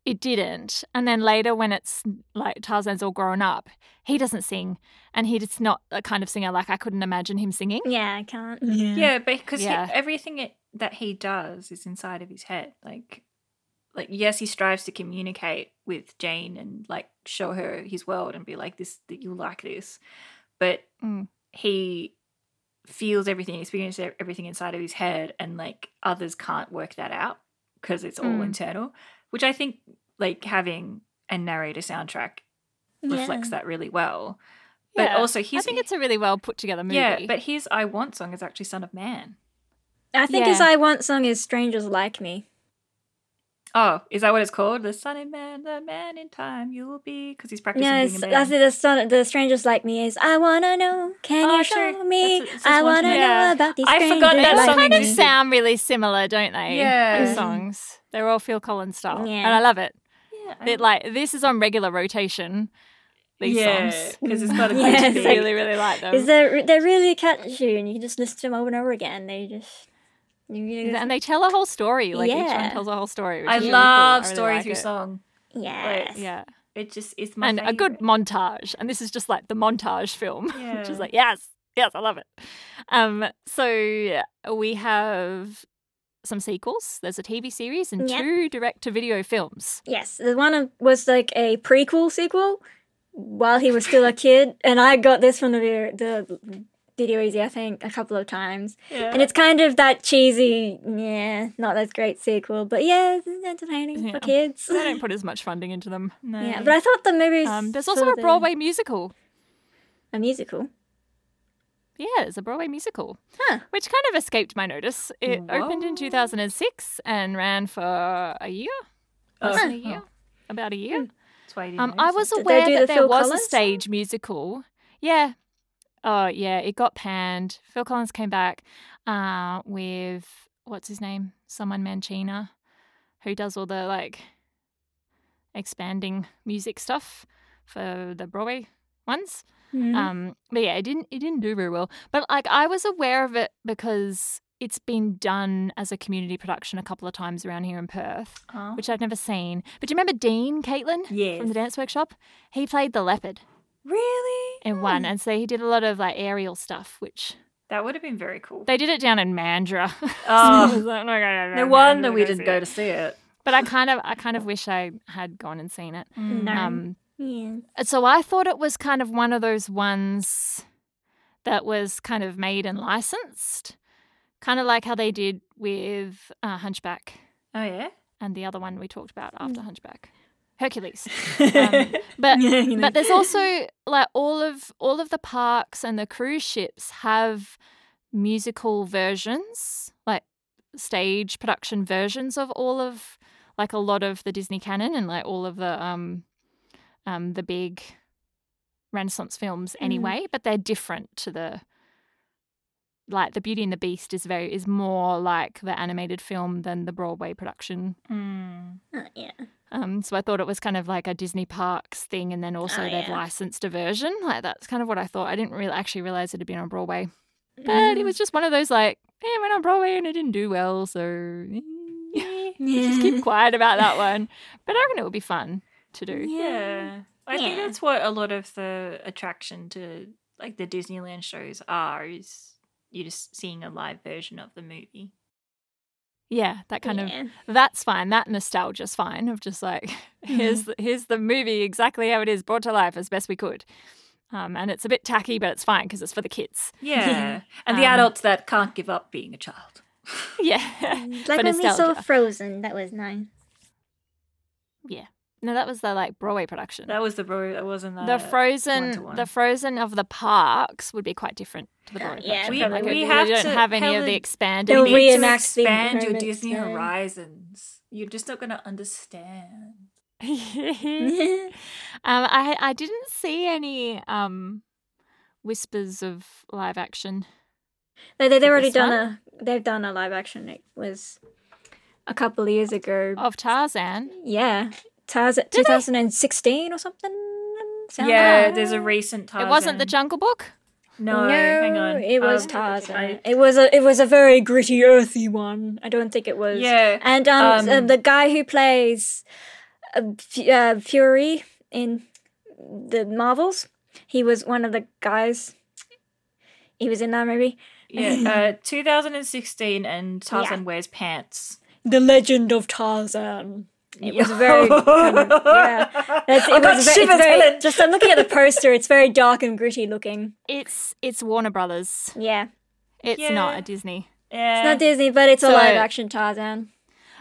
it didn't. And then later when it's like Tarzan's all grown up, he doesn't sing. And he's not a kind of singer like I couldn't imagine him singing. yeah, I can't. yeah, because he- Yeah. everything it, that he does is inside of his head. Like, like yes, he strives to communicate with Jane and like show her his world and be like this that you like this, but Mm. he feels everything, experiences e-, everything inside of his head, and like others can't work that out because it's all Mm. internal. Which I think like having a narrator soundtrack reflects that really well. But Yeah. also, he's I think it's a really well put together movie. yeah. But his "I Want" song is actually "Son of Man." I think his Yeah. I Want song is Strangers Like Me. Oh, is that what it's called? The Son of Man, the Man in Time, you'll be because he's practicing. No, being it's, a I man. think the, son, the Strangers Like Me is I Wanna Know, Can Oh, You sure. Show Me? That's- it's just I one to Wanna me. Know Yeah. About These I Strangers forgot that they Like song kind of Me. sound really similar, don't they? Yeah. The songs. They're all Phil Collins style. Yeah. And I love it. yeah, I- It, like this is on regular rotation. These yeah, songs. because it's not a Yeah, I good it's thing. like- really, really like them. Is they're, they're really catchy and you can just listen to them over and over again. They just. You, you and they tell a whole story. Like each one Yeah. tells a whole story. which I is really cool. love I really story like through it. song. yes. Yeah, It just is my and a good favourite. montage. And this is just like the montage film, which Yeah. is like yes, yes, I love it. Um, so we have some sequels. There's a TV series and Yeah. two direct-to-video films. Yes, the one was like a prequel sequel while he was still a kid, and I got this from the video, the video easy, I think, a couple of times. Yeah. And it's kind of that cheesy, yeah, not that great sequel, but yeah, it's entertaining Yeah. for kids. They don't put as much funding into them. no. Yeah, but I thought the movie Um, there's also a Broadway musical. a musical. Yeah, there's a Broadway musical, Huh. Mm, which kind of escaped my notice. It opened in Whoa. 2006 and ran for a year, Oh, less than a year, about a year. That's why you didn't uh-huh. Um, I was notice it. Hmm. Did they aware do that the there Phil was Collins a song? stage musical. Yeah. Oh, yeah. It got panned. Phil Collins came back uh, with what's his name? Someone Mancina, who does all the like expanding music stuff for the Broadway ones. Mm-hmm. Um, but yeah, it didn't it didn't do very well. But like I was aware of it because it's been done as a community production a couple of times around here in Perth, Oh. which I've never seen. But do you remember Dean Caitlin? yes. from the dance workshop. He played the leopard Really? in one, and so he did a lot of like aerial stuff, which That would have been very cool. they did it down in Mandra. Oh. no no wonder we didn't go to see it. But I kind of, I kind of wish I had gone and seen it. Mm. No. Um, Mm-hmm. yeah. and so I thought it was kind of one of those ones that was kind of made and licensed, kind of like how they did with uh, Hunchback Oh yeah. and the other one we talked about after Hunchback, Hercules. Um, but You know. but there's also like all of all of the parks and the cruise ships have musical versions like stage production versions of all of like a lot of the disney canon and like all of the um um the big renaissance films anyway but they're different to the like the beauty and the beast is very is more like the animated film than the broadway production Mm. Uh, yeah. um, so I thought it was kind of like a Disney Parks thing, and then also Oh, they've yeah. licensed a version. Like that's kind of what I thought. I didn't really actually realize it had been on Broadway, but Mm-hmm. it was just one of those like, hey, it went on Broadway and it didn't do well, so eh, let's just Yeah. Mm-hmm. keep quiet about that one. But I reckon it would be fun to do. Yeah. I think Yeah. that's what a lot of the attraction to like the Disneyland shows are is you're just seeing a live version of the movie. Yeah, that kind of Yeah. that's fine. That nostalgia's fine of just like here's Mm-hmm. the, here's the movie exactly how it is brought to life as best we could. Um, and it's a bit tacky, but it's fine because it's for the kids. Yeah. and the Um, adults that can't give up being a child. Mm-hmm. Yeah, for Like when we saw nostalgia. Frozen, that was nice. no, that was the like Broadway production. That was the bro that wasn't that the frozen, one-to-one. the frozen of the parks would be quite different to the Yeah, Broadway yeah, production. We- Like, we have don't to- have any of Helen- the expanded. They'll you need to reenact the expand your moments Disney then. horizons. You're just not gonna understand. um, I I didn't see any um whispers of live action. Like they, they've already this done one? a they've done a live action. It was a couple of years ago. of Tarzan. Yeah, Taz Oh. Did they? 2016 or something. sound yeah, like that. there's a recent Tarzan. It wasn't the Jungle Book. No, hang on. It was Um, Tarzan. I- It was a it was a very gritty, earthy one. I don't think it was. Yeah. And um, Um, the guy who plays uh, Fu- uh, Fury in the Marvels, he was one of the guys. He was in that movie. Yeah, uh, 2016 and Tarzan wears pants. The Legend of Tarzan. It was Yeah. very kind of, yeah. That's, it I got was ve- it's shivers, very- Helen. Just I'm looking at the poster. It's very dark and gritty looking. It's it's Warner Brothers. Yeah, It's Yeah. not a Disney. it's Yeah. not Disney, but it's a So- live action Tarzan.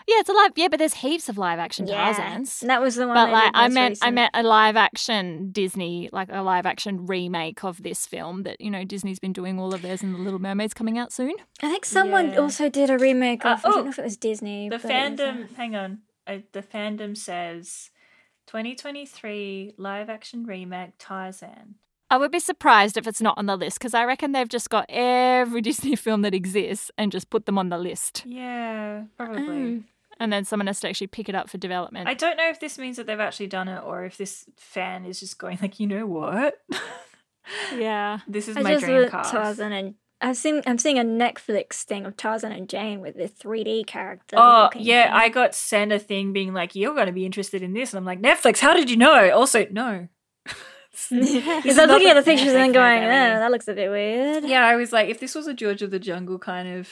Yeah, it's a live. Yeah, but there's heaps of live action Yeah, Tarzans. and that was the one. But they like did I most meant, I recent. meant a live action Disney, like a live action remake of this film that you know Disney's been doing all of theirs, and the Little Mermaid's coming out soon. I think someone Yeah. also did a remake Uh, of. I oh, don't know if it was Disney. the but it was, uh, fandom, hang on. Uh, the fandom says 2023 live action remake Tarzan. I would be surprised if it's not on the list because I reckon they've just got every Disney film that exists and just put them on the list, Yeah, probably. Mm. and then someone has to actually pick it up for development. I don't know if this means that they've actually done it or if this fan is just going like, you know what? yeah. this is I my just dream looked cast. Tarzan and. I've seen I'm seeing a Netflix thing of Tarzan and Jane with the 3D character. Oh looking yeah, thing. I got sent a thing being like, "You're going to be interested in this," and I'm like, "Netflix? How did you know?" Also, no. Because is I'm not looking the at the pictures and then Netflix going, I got oh, me." that looks a bit weird. Yeah, I was like, if this was a George of the Jungle kind of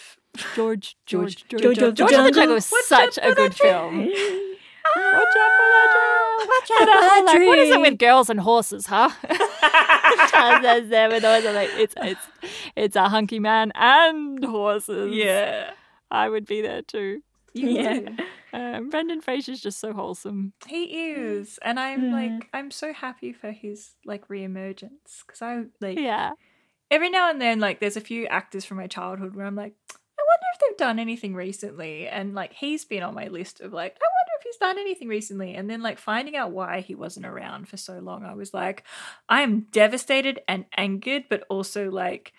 George, George, George, George, George of George, the of the Jungle. Jungle was Watch out such for a good that train. film. Ah!" Watch out Watch out for that like, What is it train. with girls and horses, huh? Tarzan's there with horses. Like, it's it's it's a hunky man and horses. yeah, I would be there too. Yeah. do. Um, Brendan Fraser's just so wholesome. he is, and I'm Mm. like, I'm so happy for his like reemergence because I like Yeah, every now and then like there's a few actors from my childhood where I'm like, I wonder if they've done anything recently, and like he's been on my list of like, I wonder if he's done anything recently, and then like finding out why he wasn't around for so long, I was like, I am devastated and angered, but also like.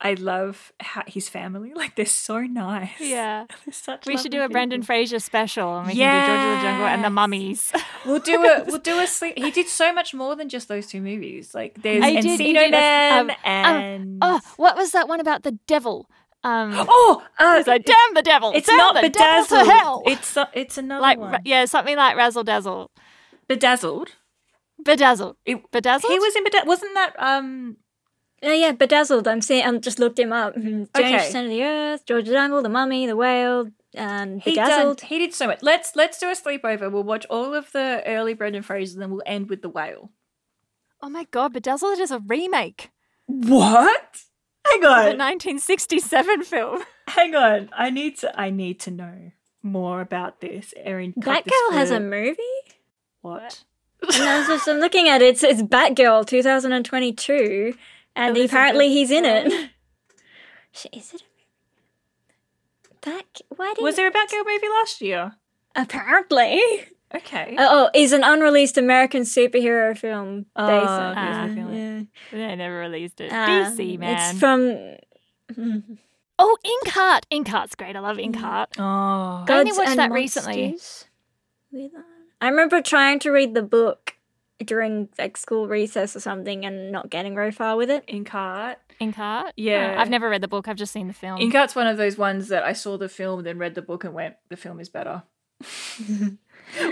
I love how his family. Like they're so nice. yeah. They're such We should lovely do a Brendan people. Fraser special, and we can do George of the Jungle and the Yes. Mummies. We'll do a we'll do a sleep. He did so much more than just those two movies. Like there's I Encino did- he did a- Man um, um, and Oh, what was that one about the devil? Um, oh, uh, it's like damn the devil. it's damn not the devil bedazzled. to hell. It's uh, it's another like one. ra- yeah, something like razzle dazzle, Bedazzled. bedazzled, It- bedazzled. He was in bedazzled. Wasn't that um? Oh yeah, bedazzled. I'm seeing. I'm just looked him up. Mm-hmm. James Okay. Center of the Earth, George the Jungle, the Mummy, the Whale, um, He done, bedazzled. He did so much. Let's let's do a sleepover. We'll watch all of the early Brendan Fraser, then we'll end with the whale. Oh my god, Bedazzled is a remake What? Hang of a on. 1967 film. Hang on. I need to. I need to know more about this. Erin, cut Batgirl this has a for- movie. what? And I was just, I'm looking at it. It's, it's Batgirl 2022, and Elizabeth apparently he's in it. Sh- Is it a movie? Back? Why did Was there a Batgirl movie last year? apparently? Okay. Oh, is an unreleased American superhero film. Oh, they okay, said. so I feel yeah. They never released it. Um, DC man. It's from oh, Inkheart. Inkheart's great. I love Inkheart. oh. I only Gods watched and that recently. Monsters. I remember trying to read the book during like school recess or something and not getting very far with it. Inkheart. Inkheart. Yeah. Oh, I've never read the book. I've just seen the film. Inkheart's one of those ones that I saw the film, then read the book, and went, the film is better.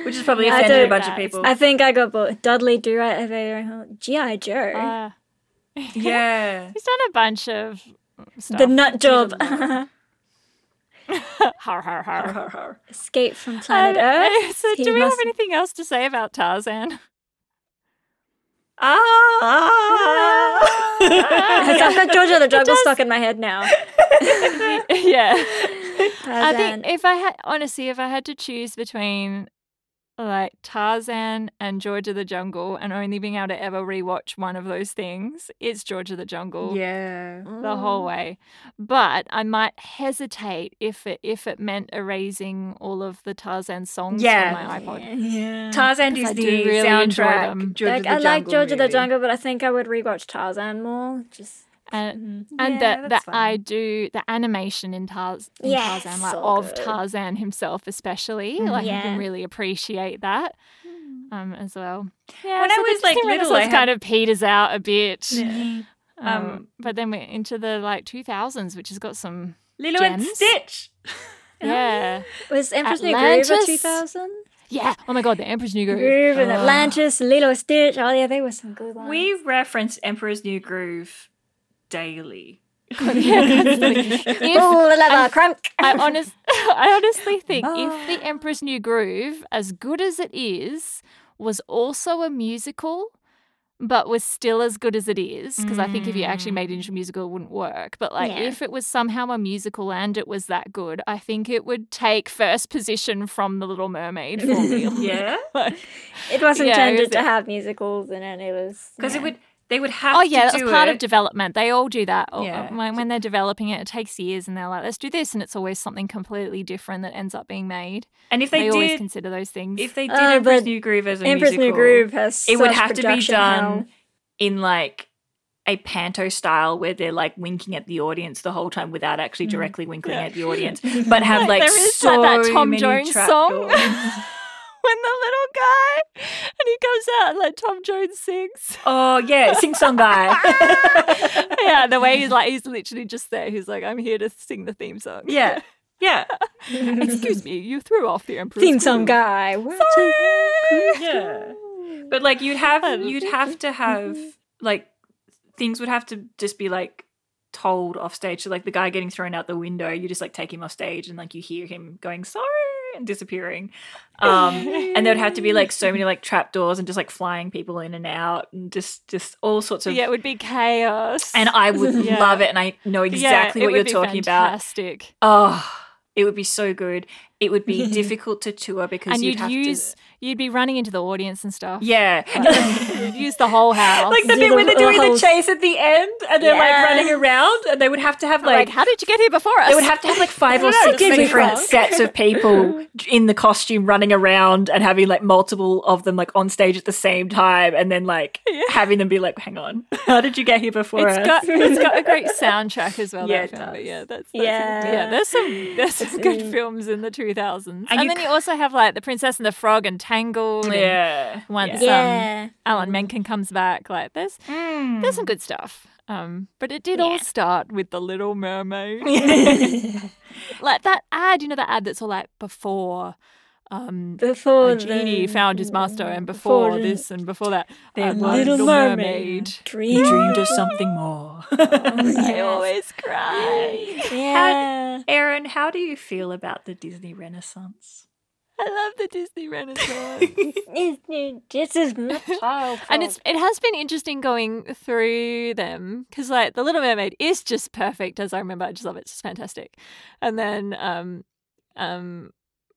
which is probably Yeah, I offended a don't- bunch of that's- people. I think I got both Dudley Do Right Avatar, G.I. Joe, Uh, yeah. he's done a bunch of stuff. The Nut Job, har har Har, har. har, har. Escape from Planet Um, Earth. so He do we must- have anything else to say about Tarzan? I've Ah! got Georgia the Jungle does- stuck in my head now. yeah. I Tarzan. think if I had honestly, if I had to choose between like Tarzan and George of the Jungle, and only being able to ever rewatch one of those things, it's George of the Jungle yeah. the whole way. But I might hesitate if it if it meant erasing all of the Tarzan songs Yeah. from my iPod. Yeah. Tarzan 'Cause is I the do really enjoy them. soundtrack. George like, of the I like Jungle, George of the really. Jungle, but I think I would rewatch Tarzan more. Just And mm. and Yeah, that, that that's I fine. do the animation in, Tarz, in Yes, Tarzan, like so of good. Tarzan himself, especially, Mhm. like I Yeah. can really appreciate that um, as well. Yeah, When I was, the like, Disney little, I Renaissance kind had- of peters out a bit. Yeah. Um, Um, but then we're into the like 2000s, which has got some Lilo and Gems? Stitch. yeah, was Empress New Groove Atlantis. Ah. a 2000? yeah. Oh my god, the Emperor's New Groove, Groove and Ugh. Atlantis, Lilo Stitch. Oh yeah, they were some good ones. We reference Emperor's New Groove daily. Yeah, constantly. If- oh, the leather crunk. I honest, I honestly think if the Emperor's New Groove, as good as it is, was also a musical, but was still as good as it is, because I think if you actually made it Mm. into a musical, it wouldn't work. But like, Yeah. if it was somehow a musical and it was that good, I think it would take first position from The Little Mermaid for real. Yeah. Like- it was Yeah, it intended was- to have musicals in it. It was Because yeah. it would they would have oh to yeah, that's do part of it. development. They all do that. Oh, Yeah. When, when they're developing it, it takes years, and they're like, "Let's do this," and it's always something completely different that ends up being made. and if They, they, always did consider those things. if they did Uh, Emperor's but New Groove as a Empress musical, New Groove has. it would such have to be production done hell. in like a panto style where they're like winking at the audience the whole time without actually directly winking at the audience, but have Mm. like, Like, there is, so like, that Tom many Jones trap song. doors. when the little guy and he comes out and like Tom Jones sings. oh yeah, sing song guy. yeah, the way he's like he's literally just there. He's like, I'm here to sing the theme song. yeah, yeah, Excuse me, you threw off the emperor. Theme song guy. What is- yeah. But like you'd have you'd have to have Mm-hmm. like things would have to just be like told off stage. So like the guy getting thrown out the window, you just like take him off stage and like you hear him going sorry and disappearing. Um and there'd have to be like so many like trapdoors and just like flying people in and out and just just all sorts of yeah, it would be chaos. and I would Yeah. love it and I know exactly yeah, it what would you're be talking about. fantastic. Oh, it would be so good. It would be difficult to tour because And you'd, you'd, have use to you'd be running into the audience and stuff. yeah. You'd use the whole house. like the Do bit the where they're doing whole- the chase at the end and they're Yeah. like running around and they would have to have like, like, how did you get here before us? they would have to have like five or don't know, six just make it different wrong. sets of people in the costume running around and having like multiple of them like on stage at the same time and then like having them be like hang on how did you get here before It's us got it's got a great soundtrack as well. Yeah, that it film. does. yeah, that's, that's Yeah. yeah. There's some there's some good in- films in the 2000s, and, you then you also have like the Princess and the Frog and Tangled. and yeah Once um, Yeah. Alan Menken comes back, like there's there's some good stuff. Um, but it did all start with the Little Mermaid. like that ad, you know, that ad that's all like before. Um, Before the genie the found his master, and before, before the- this and before that, There um, was Little Little Mermaid. Mermaid. you dream. dreamed of something more I always cry. Yeah. Aaron how do you feel about the Disney Renaissance I love the Disney Renaissance. this is my child. and it's it has been interesting going through them because like the Little Mermaid is just perfect as I remember. I just love it. It's just fantastic. And then um um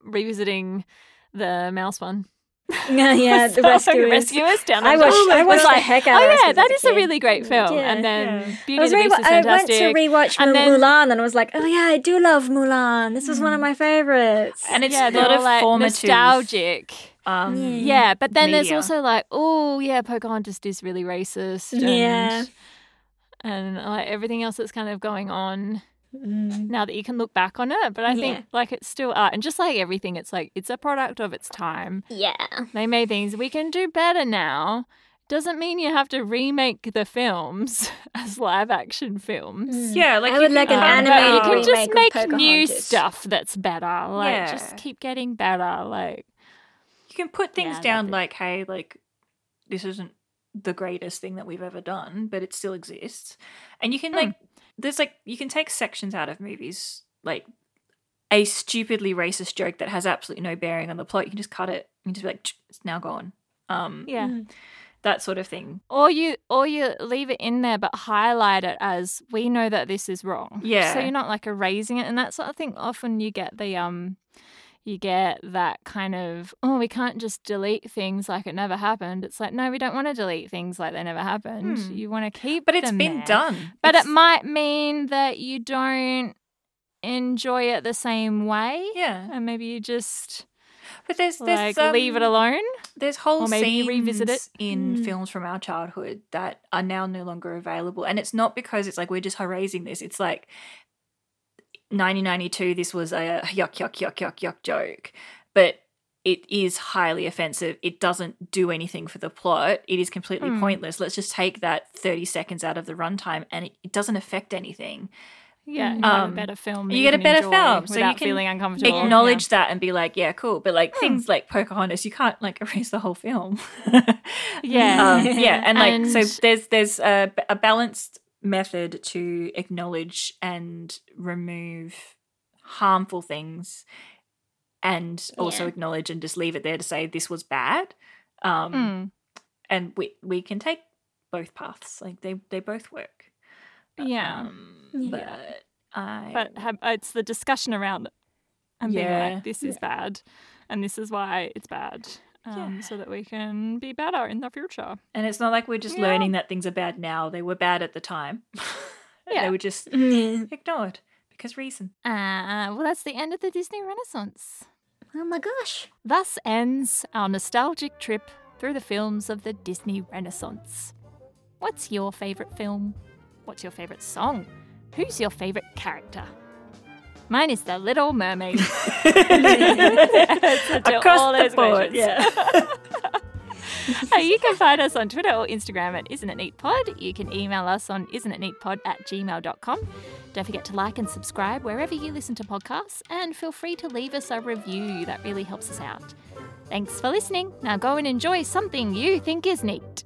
revisiting the mouse one. yeah, yeah, the rescuers. rescuers down I the watched, Oh my I watched God. the heck out. of Oh yeah, Rescuers that as is a kid. really great film. Yeah. And then Yeah. I Beauty was and the re- Beast is I went to fantastic. rewatch Mul- And then- Mulan and I was like, oh yeah, I do love Mulan. This was one of my favorites. and it's yeah, a they're lot all, of like, formative nostalgic. um Yeah. Yeah, but then there's media. also like, oh yeah, Pocahontas is really racist. And, Yeah. and like everything else that's kind of going on Mm. now that you can look back on it. But I Yeah. think like it's still art, and just like everything, it's like it's a product of its time. yeah, They made things we can do better now. Doesn't mean you have to remake the films as live action films. yeah like I you would can Mm. like an come Um, but animated you back. can just remake make of new Pocahontas. stuff that's better. Like Yeah. just keep getting better. Like you can put things Yeah, I down love it. like, hey, like this isn't the greatest thing that we've ever done, but it still exists. And you can Hmm. like there's like you can take sections out of movies, like a stupidly racist joke that has absolutely no bearing on the plot. You can just cut it and just be like, "Tch, it's now gone. Um Yeah. Mm. that sort of thing. Or you or you leave it in there but highlight it as we know that this is wrong. Yeah. So you're not like erasing it and that's what I think often you get the um you get that kind of oh we can't just delete things like it never happened. It's like no we don't want to delete things like they never happened. Hmm. You want to keep But it's them been there. done. But It's- it might mean that you don't enjoy it the same way Yeah. and maybe you just But there's there's like leave it um, alone. There's whole Or maybe you revisit it. Hmm. scenes in Mm. films from our childhood that are now no longer available, and it's not because it's like we're just erasing this. It's like 1992. This was a yuck yuck yuck yuck yuck joke, but it is highly offensive. It doesn't do anything for the plot. It is completely Hmm. pointless. Let's just take that 30 seconds out of the runtime, and it, it doesn't affect anything. Yeah, you Mm. get a Um, better film. you that get a can better enjoy film, so you without can feeling uncomfortable. Acknowledge that and be like, yeah, cool. But like Hmm. things like Pocahontas, you can't like erase the whole film. Yeah. um, yeah and like so And- there's there's a, a balanced method to acknowledge and remove harmful things and also Yeah. acknowledge and just leave it there to say this was bad um Yeah. Mm. and we we can take both paths like they they both work Yeah. um, Yeah. but i But have, uh, it's the discussion around it and being Yeah. like, this is bad and this is why it's bad. Um, Yeah. So that we can be better in the future. and it's not like we're just Yeah. learning that things are bad now they were bad at the time Yeah. they were just Yeah. ignored because reason Uh, well, that's the end of the Disney Renaissance. Oh my gosh. Thus ends our nostalgic trip through the films of the Disney Renaissance. What's your favourite film? What's your favourite song? Who's your favourite character? Mine is The Little Mermaid. So do all those versions. Uh, you can find us on Twitter or Instagram at Isn't It Neat Pod. You can email us on isn't it neat pod at gmail.com. Don't forget to like and subscribe wherever you listen to podcasts and feel free to leave us a review. That really helps us out. Thanks for listening. Now go and enjoy something you think is neat.